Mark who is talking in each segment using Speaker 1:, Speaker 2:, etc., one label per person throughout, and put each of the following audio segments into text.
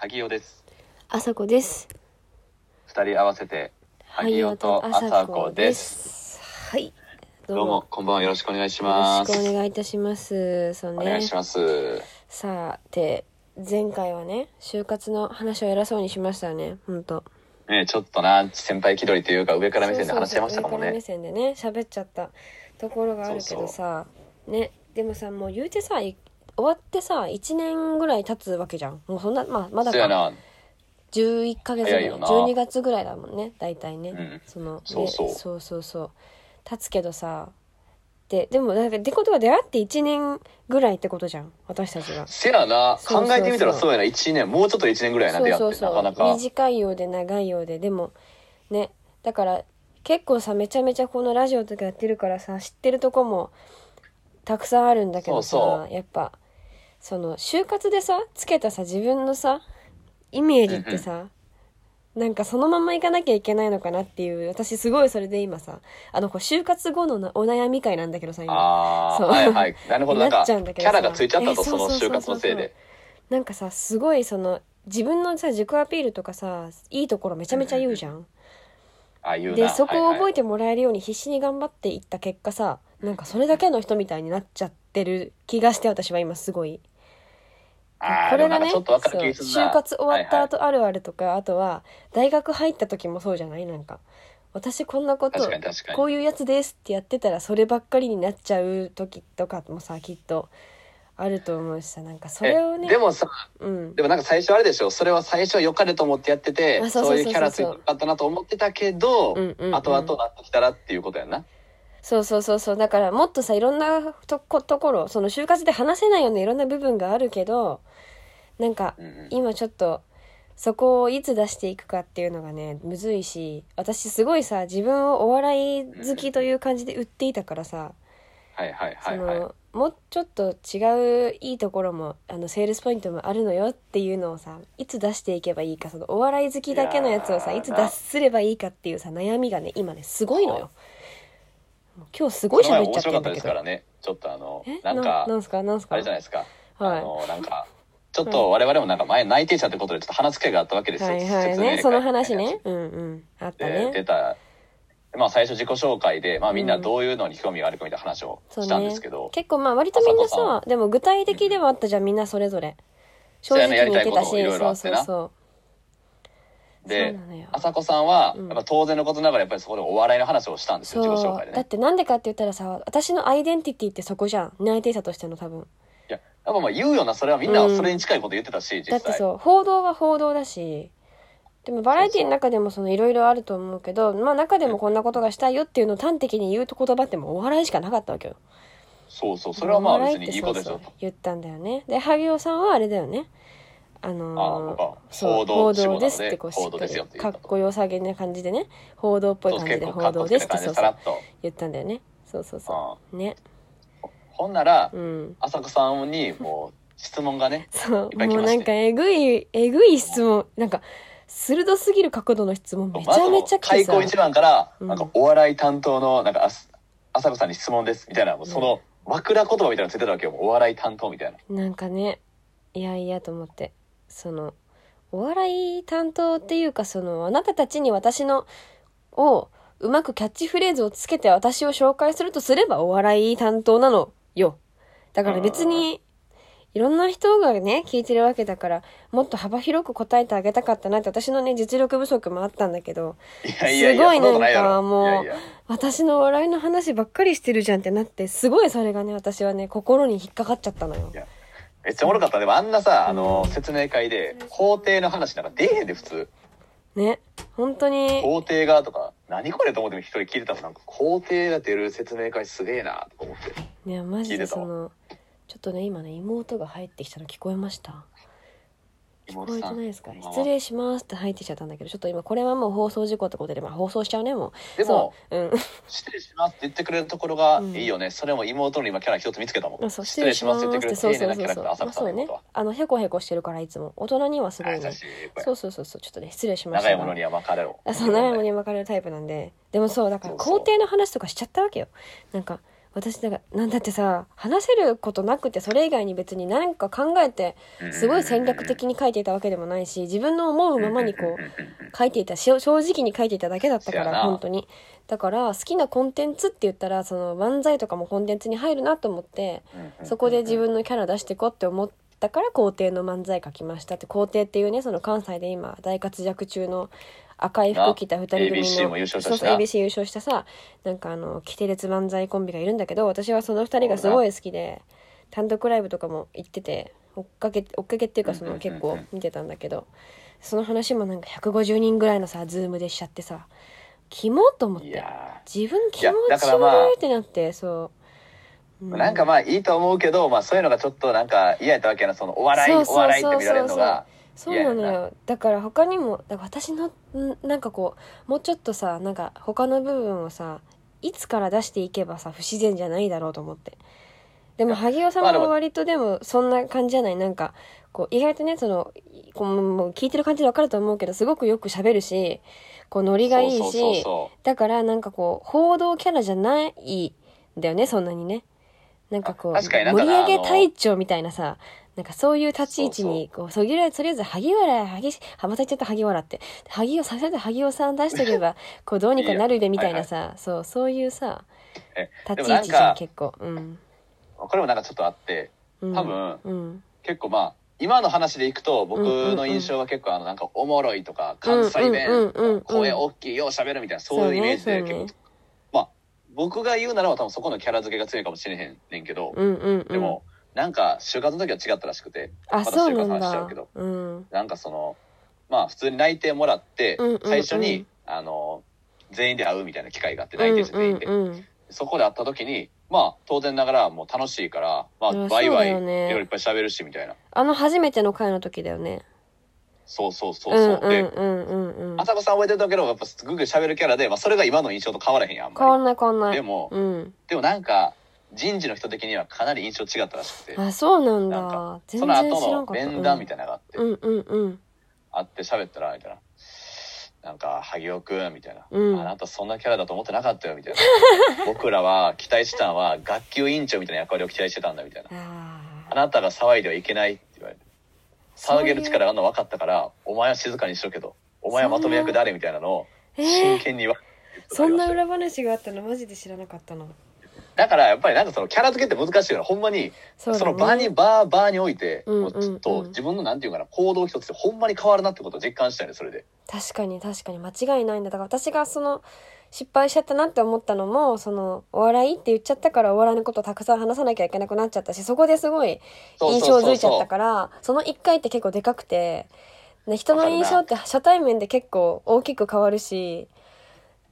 Speaker 1: 萩尾です。
Speaker 2: あさこです。
Speaker 1: 二人合わせて萩尾と朝子です。
Speaker 2: す。はい。
Speaker 1: どうもこんばんはよろしくお願いし
Speaker 2: どうも。よ
Speaker 1: ま
Speaker 2: ろし
Speaker 1: す。
Speaker 2: くお願いいたします。そう
Speaker 1: お願
Speaker 2: ね
Speaker 1: い。します。
Speaker 2: さて、前回はね、就活の話を偉そうにしましたよね。本当。
Speaker 1: ねちょっとな先輩気取りというか上から目線で
Speaker 2: そうそう
Speaker 1: 話しちゃいましたかも
Speaker 2: 上から目
Speaker 1: ね。
Speaker 2: 線でね、喋っちゃったところがあるけどさ、ね、でもさ、もう言うてさ、い終わってさ、1年ぐらい経つわけじゃん。もうそんな、まあ、まだ
Speaker 1: そうや
Speaker 2: か。
Speaker 1: な。
Speaker 2: 11ヶ月ぐら
Speaker 1: 早い
Speaker 2: い
Speaker 1: よな
Speaker 2: 12月ぐらいだもんね大体ね、
Speaker 1: うん
Speaker 2: そのね
Speaker 1: そうそう
Speaker 2: そうそうそう経つけどさででもだからってことは出会って1年ぐらいってことじゃん私たちが
Speaker 1: せやな
Speaker 2: そうそうそう
Speaker 1: 考えてみたらそうやな一年もうちょっと一年ぐらいやな出
Speaker 2: そ
Speaker 1: 会っ
Speaker 2: うそう
Speaker 1: て
Speaker 2: そ
Speaker 1: な
Speaker 2: う
Speaker 1: かなか。
Speaker 2: 短いようで長いようででもねだから結構さめちゃめちゃこのラジオとかやってるからさ知ってるとこもたくさんあるんだけどさ
Speaker 1: そう
Speaker 2: やっぱその就活でさつけたさ自分のさイメージってさ、なんかそのままいかなきゃいけないのかなっていう私すごいそれで今さあのこう就活後のなお悩み会なんだけどさ今
Speaker 1: ああ
Speaker 2: そう
Speaker 1: はいはいなるほどなん
Speaker 2: な
Speaker 1: か
Speaker 2: っち
Speaker 1: キ
Speaker 2: ゃうんだけど
Speaker 1: ャ
Speaker 2: さ
Speaker 1: ラがついちゃったと
Speaker 2: えそ
Speaker 1: そうの
Speaker 2: そうそうそう
Speaker 1: 就活のせいで。
Speaker 2: なんかさすごいその自分のさ自己アピールとかさいいところめちゃめちゃ言うじゃん
Speaker 1: ああいうな。
Speaker 2: でそこを覚え
Speaker 1: て。
Speaker 2: てもらえるように必死に頑張っていった結果さなんかそれだけの人みたいになっちゃってる気がして私は今すごい
Speaker 1: あー
Speaker 2: これが
Speaker 1: でもなんかちょ
Speaker 2: ねそう
Speaker 1: っとわかる気するな
Speaker 2: 就活終わった
Speaker 1: はいはい
Speaker 2: 後あるあるとか、あとは大学入った時もそうじゃないなんか私こんなこと
Speaker 1: 確かに確かに
Speaker 2: こういうやつですってやってたらそればっかりになっちゃう時とかもさきっとあると思うしさなんかそれを
Speaker 1: え
Speaker 2: ね
Speaker 1: でもさ
Speaker 2: うん
Speaker 1: でもなんか最初あれでしょそれは最初は良かれと思ってやってて
Speaker 2: あそうそ
Speaker 1: そ
Speaker 2: うそうそう
Speaker 1: ういうキャラついてよかったなと思ってたけど
Speaker 2: うんうんうん
Speaker 1: 後々なってきたらっていうことやんな
Speaker 2: そうそうそうそうだからもっとさいろんなとこところその就活で話せないようないろんな部分があるけどなんか
Speaker 1: うんうん
Speaker 2: 今ちょっとそこをいつ出していくかっていうのがねむずいし私すごいさ自分をお笑い好きという感じで売っていたからさ、
Speaker 1: はいはいはいはい
Speaker 2: そのもうちょっと違ういいところもあのセールスポイントもあるのよっていうのをさいつ出していけばいいかそのお笑い好きだけのやつをさ
Speaker 1: い
Speaker 2: い
Speaker 1: やー
Speaker 2: つ出すればいいかっていうさ悩みがね今ねすごいのよ。もう今日すごい
Speaker 1: この前
Speaker 2: 喋っちゃ
Speaker 1: 面白かっ
Speaker 2: ってるん
Speaker 1: た
Speaker 2: だ
Speaker 1: で
Speaker 2: け
Speaker 1: すか
Speaker 2: ど。
Speaker 1: らねちょっとあの
Speaker 2: え
Speaker 1: なんか
Speaker 2: なんすかなんすか
Speaker 1: あれじゃないですか
Speaker 2: はい
Speaker 1: あのなんかちょっと我々もなんか前内定者ってことでちょっと話す機会があったわけですよ
Speaker 2: はいはい
Speaker 1: 説明会みたいなや
Speaker 2: ね
Speaker 1: つ
Speaker 2: その話ねうんうんあった
Speaker 1: で
Speaker 2: ね
Speaker 1: 出たまあ最初自己紹介でまあみんな
Speaker 2: うん
Speaker 1: どういうのに興味があるかみたいな話を
Speaker 2: そう
Speaker 1: したん
Speaker 2: ね
Speaker 1: ですけど
Speaker 2: 結構まあ割とみんな
Speaker 1: 朝子
Speaker 2: さでも具体的ではあったじゃんみんなそれぞれ正
Speaker 1: そうや
Speaker 2: 直
Speaker 1: ね
Speaker 2: に言ってた
Speaker 1: や
Speaker 2: し
Speaker 1: りたいこともいろいろ
Speaker 2: そ
Speaker 1: あ
Speaker 2: う
Speaker 1: って
Speaker 2: そ
Speaker 1: な
Speaker 2: うそうそう
Speaker 1: で
Speaker 2: なのよ
Speaker 1: 朝子さんは
Speaker 2: うん
Speaker 1: やっぱ当然のことながらやっぱりそこでお笑いの話をしたんですよ
Speaker 2: そう
Speaker 1: 自己紹介で
Speaker 2: だ
Speaker 1: ね
Speaker 2: ってなんでかって言ったらさ私のアイデンティティってそこじゃん内定者としての多分
Speaker 1: いややっぱまあ言うようなそれはみんなそれに近いこと言ってたし、実
Speaker 2: だ
Speaker 1: 際
Speaker 2: ってそう報道は報道だしでもバラエティの中でもそのいろいろあると思うけどまあ中でもこんなことがしたいよっていうのを端的に言う言葉ってもうお笑いしかなかったわけよ
Speaker 1: そうそうそれはまあ別にいいこと
Speaker 2: お笑
Speaker 1: で
Speaker 2: っ
Speaker 1: す
Speaker 2: てそ
Speaker 1: よ
Speaker 2: うそう言ったんだよねで萩尾さんはあれだよねあ
Speaker 1: あ
Speaker 2: の
Speaker 1: 僕
Speaker 2: ー
Speaker 1: は
Speaker 2: そう
Speaker 1: 報道
Speaker 2: 報
Speaker 1: 志望なの
Speaker 2: 道
Speaker 1: で
Speaker 2: ですってこうしっ
Speaker 1: 報道
Speaker 2: か
Speaker 1: ですよっ
Speaker 2: り
Speaker 1: て言
Speaker 2: か
Speaker 1: った
Speaker 2: っ
Speaker 1: と
Speaker 2: こよさげな感じでね報道っぽい
Speaker 1: そう
Speaker 2: 感じ
Speaker 1: 結
Speaker 2: で
Speaker 1: 構
Speaker 2: 報
Speaker 1: カッ
Speaker 2: 道
Speaker 1: コつけ
Speaker 2: で
Speaker 1: た
Speaker 2: すっ
Speaker 1: 感じでさ
Speaker 2: てそうそ
Speaker 1: ら
Speaker 2: う
Speaker 1: っと
Speaker 2: 言ったんだよねそうそうそ
Speaker 1: あ
Speaker 2: うね
Speaker 1: ほんなら
Speaker 2: うん
Speaker 1: 浅子さんにもう質問がね
Speaker 2: そう
Speaker 1: い、っぱい来
Speaker 2: もう
Speaker 1: ま
Speaker 2: な
Speaker 1: したね
Speaker 2: んかえぐい、えぐい質問、なんか、鋭すぎる角度の質問 めち
Speaker 1: まず
Speaker 2: ゃめ
Speaker 1: も
Speaker 2: ちゃ
Speaker 1: う
Speaker 2: 来て
Speaker 1: 開
Speaker 2: さ
Speaker 1: 口一番から
Speaker 2: うん
Speaker 1: なんかお笑い担当のなんかあす浅子さんに質問ですみたいなもうその枕言葉みたいなのついてたわけよもうお笑い担当みたいな
Speaker 2: なんかね、いやいやと思って、その、お笑い担当っていうか、その、あなたたちに私の、を、うまくキャッチフレーズをつけて私を紹介するとすればお笑い担当なのよ。だから別に、いろんな人がね、聞いてるわけだから、もっと幅広く答えてあげたかったなって、私のね、実力不足もあったんだけど、
Speaker 1: いやいやい
Speaker 2: すご
Speaker 1: や
Speaker 2: い
Speaker 1: そんなことないや
Speaker 2: なんか
Speaker 1: ろ
Speaker 2: もう
Speaker 1: いやいや
Speaker 2: 私の笑いの話ばっかりしてるじゃんってなってすごいそれがね私はね心に引っかかっちゃったのよ
Speaker 1: いやめっちゃおもろかったでもあんなさあの
Speaker 2: うん
Speaker 1: 説明会で法廷の話なんか出えへんで普通
Speaker 2: ね本当に
Speaker 1: 法廷がとか何これと思って一人聞いてたもんなんか法廷が出る説明会すげえなとか思って
Speaker 2: いやマジ
Speaker 1: 聞
Speaker 2: で
Speaker 1: いてた
Speaker 2: そ
Speaker 1: わ
Speaker 2: のちょっとね今ね妹が入ってきたの聞こえました聞こ
Speaker 1: 妹
Speaker 2: え
Speaker 1: さ
Speaker 2: て
Speaker 1: ん
Speaker 2: ないですか
Speaker 1: こんばんは
Speaker 2: 失礼しますって入ってきちゃったんだけどちょっと今これはもう放送事故ってことで、まあ、放送しちゃうねもう
Speaker 1: でも
Speaker 2: そううん
Speaker 1: 失礼しますって言ってくれるところが
Speaker 2: うん
Speaker 1: いいよね、それも妹の今キャラ一つ見つけたもん、
Speaker 2: あそう
Speaker 1: 失礼しますって言ってく
Speaker 2: そ
Speaker 1: れ
Speaker 2: う
Speaker 1: る丁
Speaker 2: そ
Speaker 1: 寧
Speaker 2: う
Speaker 1: なキ
Speaker 2: そ
Speaker 1: ャ
Speaker 2: う
Speaker 1: ラ
Speaker 2: そ
Speaker 1: ク
Speaker 2: う
Speaker 1: ター浅草
Speaker 2: まあそう
Speaker 1: の
Speaker 2: ね
Speaker 1: 妹は、
Speaker 2: あのへこへこしてるからいつも大人にはすごい
Speaker 1: 優
Speaker 2: ね
Speaker 1: しい
Speaker 2: そうそうそうそうちょっとね失礼しました
Speaker 1: 長いものには巻かれろ
Speaker 2: あそう長いものに巻かれるタイプなんででもそうだから
Speaker 1: そうそう
Speaker 2: 肯定の話とかしちゃったわけよなんか私だからなんだってさ話せることなくてそれ以外に別に何か考えてすごい戦略的に書いていたわけでもないし自分の思うままにこう書いていたし正直に書いていただけだったか
Speaker 1: そや
Speaker 2: ら
Speaker 1: な
Speaker 2: 本当にだから好きなコンテンツって言ったらその漫才とかもコンテンツに入るなと思ってそこで自分のキャラ出してこって思ったから皇帝の漫才書きましたって皇帝っていうねその関西で今大活躍中の赤い服着た二人組の
Speaker 1: ABC も優勝したし
Speaker 2: そ
Speaker 1: な
Speaker 2: うそう ABC 優勝したさなんかあのキテレツ漫才コンビがいるんだけど私はその二人がすごい好きで単独ライブとかも行ってて追っかけ追っかけっていうかそ
Speaker 1: うんうんう
Speaker 2: の
Speaker 1: んうん
Speaker 2: 結構見てたんだけどその話もなんか150人ぐらいのさズームでしちゃってさキモと思っ
Speaker 1: い
Speaker 2: て
Speaker 1: や
Speaker 2: 自分気
Speaker 1: いや
Speaker 2: 持
Speaker 1: だ
Speaker 2: ち
Speaker 1: からまあ
Speaker 2: 悪いってなってそう、う
Speaker 1: ーなんかまあいいと思うけど、まあ、そういうのがちょっとなんか嫌やったわけやなそのお笑い
Speaker 2: そうそうそうそう
Speaker 1: お笑いって見られるのが
Speaker 2: そうなの
Speaker 1: 嫌や
Speaker 2: よだから他にもだから私のんなんかこうもうちょっとさなんか他の部分をさいつから出していけばさ不自然じゃないだろうと思ってでも萩尾さん
Speaker 1: まあで
Speaker 2: は
Speaker 1: も
Speaker 2: 割とでもそんな感じじゃないなんかこう意外とねそのこうもう聞いてる感じでわかると思うけどすごくよく喋るしこうノリがいいし
Speaker 1: そうそうそうそ
Speaker 2: だからなんかこう報道キャラじゃないんだよねそんなにねなんかこう
Speaker 1: あ確かになん
Speaker 2: 盛
Speaker 1: か
Speaker 2: り
Speaker 1: な
Speaker 2: 上げ隊長みたいなさなんかそういう立ち位置にこうそぎられとりあえず萩原萩あまた言っちゃった萩原って萩尾さんとりあえず萩尾さん出しと けばこうどうにかなるでみたいなさそうそういうさ
Speaker 1: え
Speaker 2: 立ち
Speaker 1: でもなん
Speaker 2: 位
Speaker 1: か
Speaker 2: 置じゃん結構うん、
Speaker 1: うこれもなんかちょっとあって
Speaker 2: うん、
Speaker 1: 多分、
Speaker 2: うん
Speaker 1: 結構まあ今の話でいくと僕
Speaker 2: うんうんう
Speaker 1: の
Speaker 2: ん
Speaker 1: 印象は結構あのなんかおもろいとか関西弁
Speaker 2: うんうんうんうん
Speaker 1: 声大きいよう喋るみたいなそういうイメージで
Speaker 2: そうね
Speaker 1: 結
Speaker 2: そう
Speaker 1: 構
Speaker 2: ね
Speaker 1: まあ僕が言うならば多分そこのキャラ付けが強いかもしれへんねんけど
Speaker 2: うんうんうん
Speaker 1: でもなんか就活の時は違ったらしくて
Speaker 2: あ
Speaker 1: また
Speaker 2: そう
Speaker 1: 就活
Speaker 2: な
Speaker 1: の
Speaker 2: ん
Speaker 1: 話しちゃうけ
Speaker 2: だ
Speaker 1: ど
Speaker 2: うん
Speaker 1: なんかそのまあ普通に内定もらって
Speaker 2: うんうんうん
Speaker 1: 最初にあの全員で会うみたいな機会があって内定者全員で
Speaker 2: うんうんうん
Speaker 1: そこで会った時にまあ当然ながらもう楽しいからまあ
Speaker 2: うん
Speaker 1: ワイワイい
Speaker 2: そうだよね
Speaker 1: ろいっぱい喋るしみたいな
Speaker 2: あの初めての回の時だよね
Speaker 1: そうそうそうそう
Speaker 2: うんう
Speaker 1: で
Speaker 2: んうんうんうん
Speaker 1: 浅子さん覚えてたけどやっぱすごく喋るキャラで、まあ、それが今の印象と変わらへんやんあん
Speaker 2: 変わ
Speaker 1: ま
Speaker 2: んない変わんな
Speaker 1: り
Speaker 2: い
Speaker 1: でも、
Speaker 2: うん
Speaker 1: でもなんか人事の人的にはかなり印象違ったらしくて
Speaker 2: あそうなん
Speaker 1: なんか
Speaker 2: だ全
Speaker 1: その
Speaker 2: 然
Speaker 1: 後
Speaker 2: 知らん
Speaker 1: の
Speaker 2: かった
Speaker 1: 面談みたいなのがあって、
Speaker 2: うんうんうん
Speaker 1: あって喋ったらみたいな「なんか萩尾くん」みたいな、
Speaker 2: うん
Speaker 1: あなたそんなキャラだと思ってなかったよ」みたいな「僕らは期待したのは学級委員長みたいな役割を期待してたんだ」みたいな
Speaker 2: あ
Speaker 1: 「
Speaker 2: あ
Speaker 1: あなたが騒いではいけない」って言われて
Speaker 2: そういう
Speaker 1: 騒げる力があるの分かったからお前は静かにしろけどお前はまとめ役誰みたいなのを
Speaker 2: え
Speaker 1: 真
Speaker 2: ー、
Speaker 1: 剣に言われて。
Speaker 2: そんな裏話があったのマジで知らなかったな
Speaker 1: だからやっぱりなんかそのキャラ付けって難しいよねほんまに
Speaker 2: そ
Speaker 1: そう
Speaker 2: だ
Speaker 1: の
Speaker 2: ね
Speaker 1: 場にバーバーにおいて、
Speaker 2: うん
Speaker 1: もうちょっ
Speaker 2: うんう
Speaker 1: と
Speaker 2: ん
Speaker 1: 自分のなんていうかな行動一つでほんまに変わるなってことを実感したよねそれで
Speaker 2: 確かに確かに間違いないんだだから私がその失敗しちゃったなって思ったのもそのお笑いって言っちゃったからお笑いのことをたくさん話さなきゃいけなくなっちゃったしそこですごい
Speaker 1: そう
Speaker 2: 印
Speaker 1: そ
Speaker 2: 象
Speaker 1: う
Speaker 2: づ
Speaker 1: そう
Speaker 2: いちゃった
Speaker 1: そ
Speaker 2: からその1回って結構でかくて、ね、人
Speaker 1: わか
Speaker 2: の
Speaker 1: るな
Speaker 2: 印象って初対面で結構大きく変わるし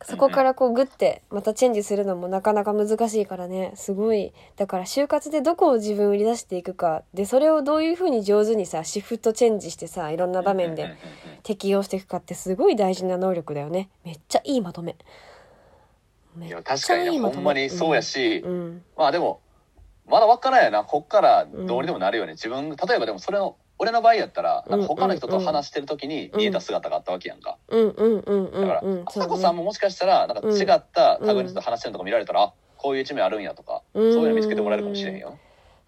Speaker 2: そこからこうグッてまたチェンジするのもなかなか難しいからねすごいだから就活でどこを自分売り出していくかでそれをどういうふうに上手にさシフトチェンジしてさいろんな
Speaker 1: う
Speaker 2: 場面
Speaker 1: うんう
Speaker 2: で
Speaker 1: んうんうん
Speaker 2: 適用していくかってすごい大事な能力だよねめっちゃいいまとめめ
Speaker 1: い
Speaker 2: っ
Speaker 1: や確
Speaker 2: ち
Speaker 1: か
Speaker 2: ゃ
Speaker 1: に
Speaker 2: いい
Speaker 1: ねほ
Speaker 2: まとめ
Speaker 1: んまにそうやし、
Speaker 2: うんうん
Speaker 1: まあでもまだ分からんやなこっからどうにでもなるよね、自分例えばでもそれの俺の場合やったらなんか他の人と話してる時に見えた姿があったわけやんか、
Speaker 2: うんうんうんう
Speaker 1: だ
Speaker 2: ん
Speaker 1: から
Speaker 2: うん
Speaker 1: 朝子さんももしかしたらなんか違ったタグの人と話してるのとか見られたら、あこういう一面あるんやとか、
Speaker 2: うん
Speaker 1: そういうの見つけてもらえるかもしれへんよ、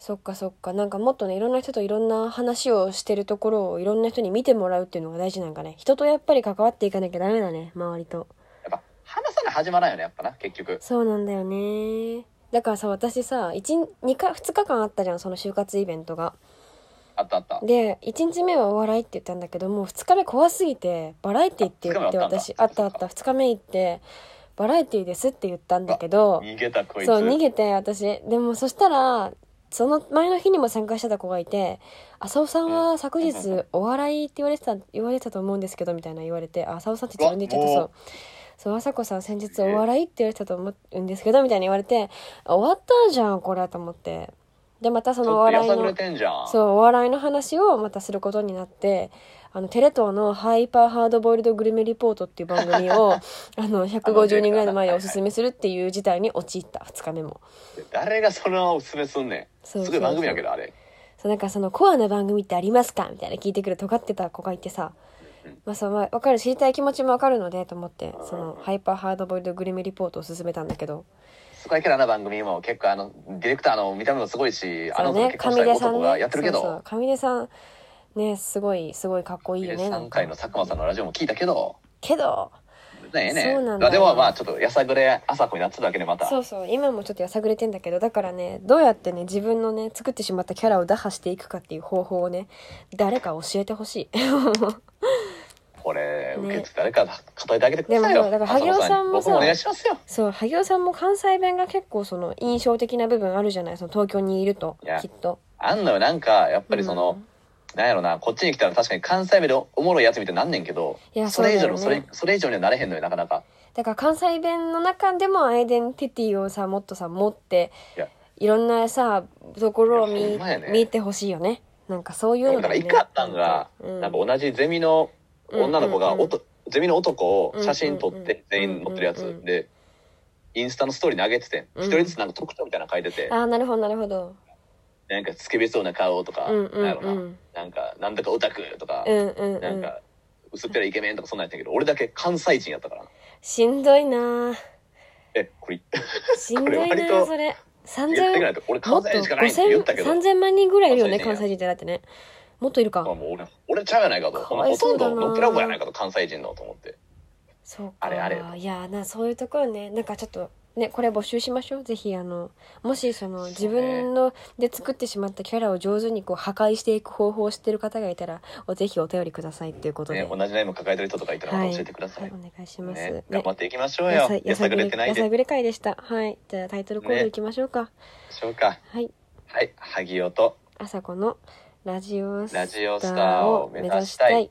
Speaker 2: そっかそっかなんかもっとねいろんな人といろんな話をしてるところをいろんな人に見てもらうっていうのが大事なんかね人とやっぱり関わっていかなきゃダメだね周りと
Speaker 1: やっぱ話さない始まらないよねやっぱな結局
Speaker 2: そうなんだよねだからさ私さ1 2, か2日間あったじゃんその就活イベントが
Speaker 1: あったあった
Speaker 2: で1日目はお笑いって言ったんだけどもう2日目怖すぎてバラエティって言って
Speaker 1: あ二日目あったんだ
Speaker 2: 私あったあった2日目行ってバラエティですって言ったんだけど
Speaker 1: 逃げたこいつ
Speaker 2: そう逃げて私でもそしたらその前の日にも参加してた子がいて「浅尾さんは昨日お笑いって言われてた言われてたと思うんですけど」みたいな言われて「あ浅尾さんって自分で言っちゃっ
Speaker 1: う
Speaker 2: た
Speaker 1: わ
Speaker 2: そ
Speaker 1: も
Speaker 2: う」そう「朝子さん先日お笑いって言われてたと思うんですけど」みたいに言われて「あ終わったじゃんこれ」と思ってでまたそ
Speaker 1: ち
Speaker 2: のお
Speaker 1: ょっと
Speaker 2: 笑
Speaker 1: や
Speaker 2: い
Speaker 1: さぐれ
Speaker 2: の
Speaker 1: てんじゃん
Speaker 2: そうお笑いの話をまたすることになってあのテレ東の「ハイパーハードボイルドグルメリポート」っていう番組 をあの150人ぐらいの前でおすすめするっていう事態に陥った2日目も。
Speaker 1: 誰がそれをおすすめすんね
Speaker 2: そ
Speaker 1: ん
Speaker 2: う
Speaker 1: す
Speaker 2: そう
Speaker 1: ごい
Speaker 2: そ
Speaker 1: う番組やけどあれ
Speaker 2: そうなんかそのコアな番組ってありますかみたいな聞いてくる尖ってた子がいてさ、
Speaker 1: うん
Speaker 2: まあそうまあ、わかる知りたい気持ちもわかるのでと思ってその
Speaker 1: うん
Speaker 2: ハイパーハードボイルドグルメリポートを勧めたんだけど
Speaker 1: そこだけだな番組も結構あのディレクターの見た目もすごいしあの子と結婚したい男がやってるけ
Speaker 2: そうそう
Speaker 1: ど
Speaker 2: 上出さんねすごいすごいかっこいいよねなん
Speaker 1: 3
Speaker 2: か
Speaker 1: 回の佐久間さんのラジオも聞いたけど
Speaker 2: けど
Speaker 1: ねえね
Speaker 2: そうなんだよ
Speaker 1: えでもまあちょっとやさぐれ朝子になってただけでまた
Speaker 2: そうそう今もちょっとやさぐれてんだけどだからねどうやってね自分のね作ってしまったキャラを打破していくかっていう方法をね誰か教えてほしい
Speaker 1: これ
Speaker 2: ね
Speaker 1: 受けて誰か語ってあげてください
Speaker 2: でも
Speaker 1: よ
Speaker 2: だから萩尾さんも
Speaker 1: 朝子僕
Speaker 2: さ
Speaker 1: もお願いしますよ
Speaker 2: そう萩尾さんも関西弁が結構その印象的な部分あるじゃないその東京にいると
Speaker 1: いや
Speaker 2: きっと
Speaker 1: あんのよなんかやっぱりその、
Speaker 2: うん
Speaker 1: なんやろなこっちに来たら確かに関西弁でおもろいやつみたいになんねんけど
Speaker 2: いや
Speaker 1: それ以上
Speaker 2: そう
Speaker 1: の
Speaker 2: だ
Speaker 1: そ
Speaker 2: よ
Speaker 1: れ
Speaker 2: ね
Speaker 1: それ以上にはなれへんのよなかなか
Speaker 2: だから関西弁の中でもアイデンティティをさもっとさ持って
Speaker 1: いや
Speaker 2: いろんなさところを
Speaker 1: いやほ
Speaker 2: 見,、
Speaker 1: んまやね
Speaker 2: 見てほしいよねなんかそういうの
Speaker 1: だからいかったんが、
Speaker 2: うん
Speaker 1: なんか同じゼミの女の子が
Speaker 2: うんうんうん
Speaker 1: おとゼミの男を写真撮っ
Speaker 2: うんうんうん
Speaker 1: て全員載ってるや
Speaker 2: うんうんう
Speaker 1: つ
Speaker 2: ん
Speaker 1: でインスタのストーリーに上げてて
Speaker 2: うん
Speaker 1: 一人ずつなんか特徴みたいなの書いてて
Speaker 2: ああなるほどなるほど
Speaker 1: なんかつけびそうな顔とか
Speaker 2: うんうんうん
Speaker 1: なんやろななんかなんだかオタクとか
Speaker 2: うんうん
Speaker 1: な
Speaker 2: うんん
Speaker 1: か薄っぺらいイケメンとかそんなんやったけど俺だけ関西人やったからな
Speaker 2: しんどいなあ
Speaker 1: えこれ
Speaker 2: しんどい
Speaker 1: これ割
Speaker 2: なあ
Speaker 1: と
Speaker 2: それ3000
Speaker 1: 言ってくれないと俺
Speaker 2: も
Speaker 1: 関
Speaker 2: っと
Speaker 1: 西人しかないって言ったけど
Speaker 2: 5000 3000万人ぐらいいるよね関
Speaker 1: 関
Speaker 2: 西
Speaker 1: 西
Speaker 2: 人ってだってねもっといる
Speaker 1: まあ
Speaker 2: か
Speaker 1: もう俺俺ちゃうやないかと
Speaker 2: か
Speaker 1: ほんま
Speaker 2: わい
Speaker 1: ほ
Speaker 2: そ
Speaker 1: と
Speaker 2: うんだな
Speaker 1: どのっぺらぼうやないかと関西人のと思って
Speaker 2: そうか
Speaker 1: あれあれ
Speaker 2: いやーなそういうところねなんかちょっとねこれ募集しましょうぜひあのもしその
Speaker 1: そうね
Speaker 2: 自分ので作ってしまったキャラを上手にこう破壊していく方法を知ってる方がいたらおぜひお便りくださいっていうことで、
Speaker 1: ね同じ悩みを抱えてる人とかいたらまた教えてください
Speaker 2: はい、お願いします、
Speaker 1: ね、頑張っていきましょう
Speaker 2: や
Speaker 1: よ
Speaker 2: さ。や
Speaker 1: や
Speaker 2: さ
Speaker 1: さ
Speaker 2: ぐ
Speaker 1: ぐ
Speaker 2: れ
Speaker 1: れてない
Speaker 2: や
Speaker 1: で
Speaker 2: さぐれ会でしたはいじゃあタイトルコールいきましょうか、
Speaker 1: でしょうか。
Speaker 2: はい
Speaker 1: はい、萩尾と
Speaker 2: 朝子のラジオスタ
Speaker 1: ラジオスタ
Speaker 2: ー
Speaker 1: ー
Speaker 2: を
Speaker 1: を
Speaker 2: 目
Speaker 1: 目
Speaker 2: 指
Speaker 1: 指
Speaker 2: し
Speaker 1: したた
Speaker 2: い
Speaker 1: い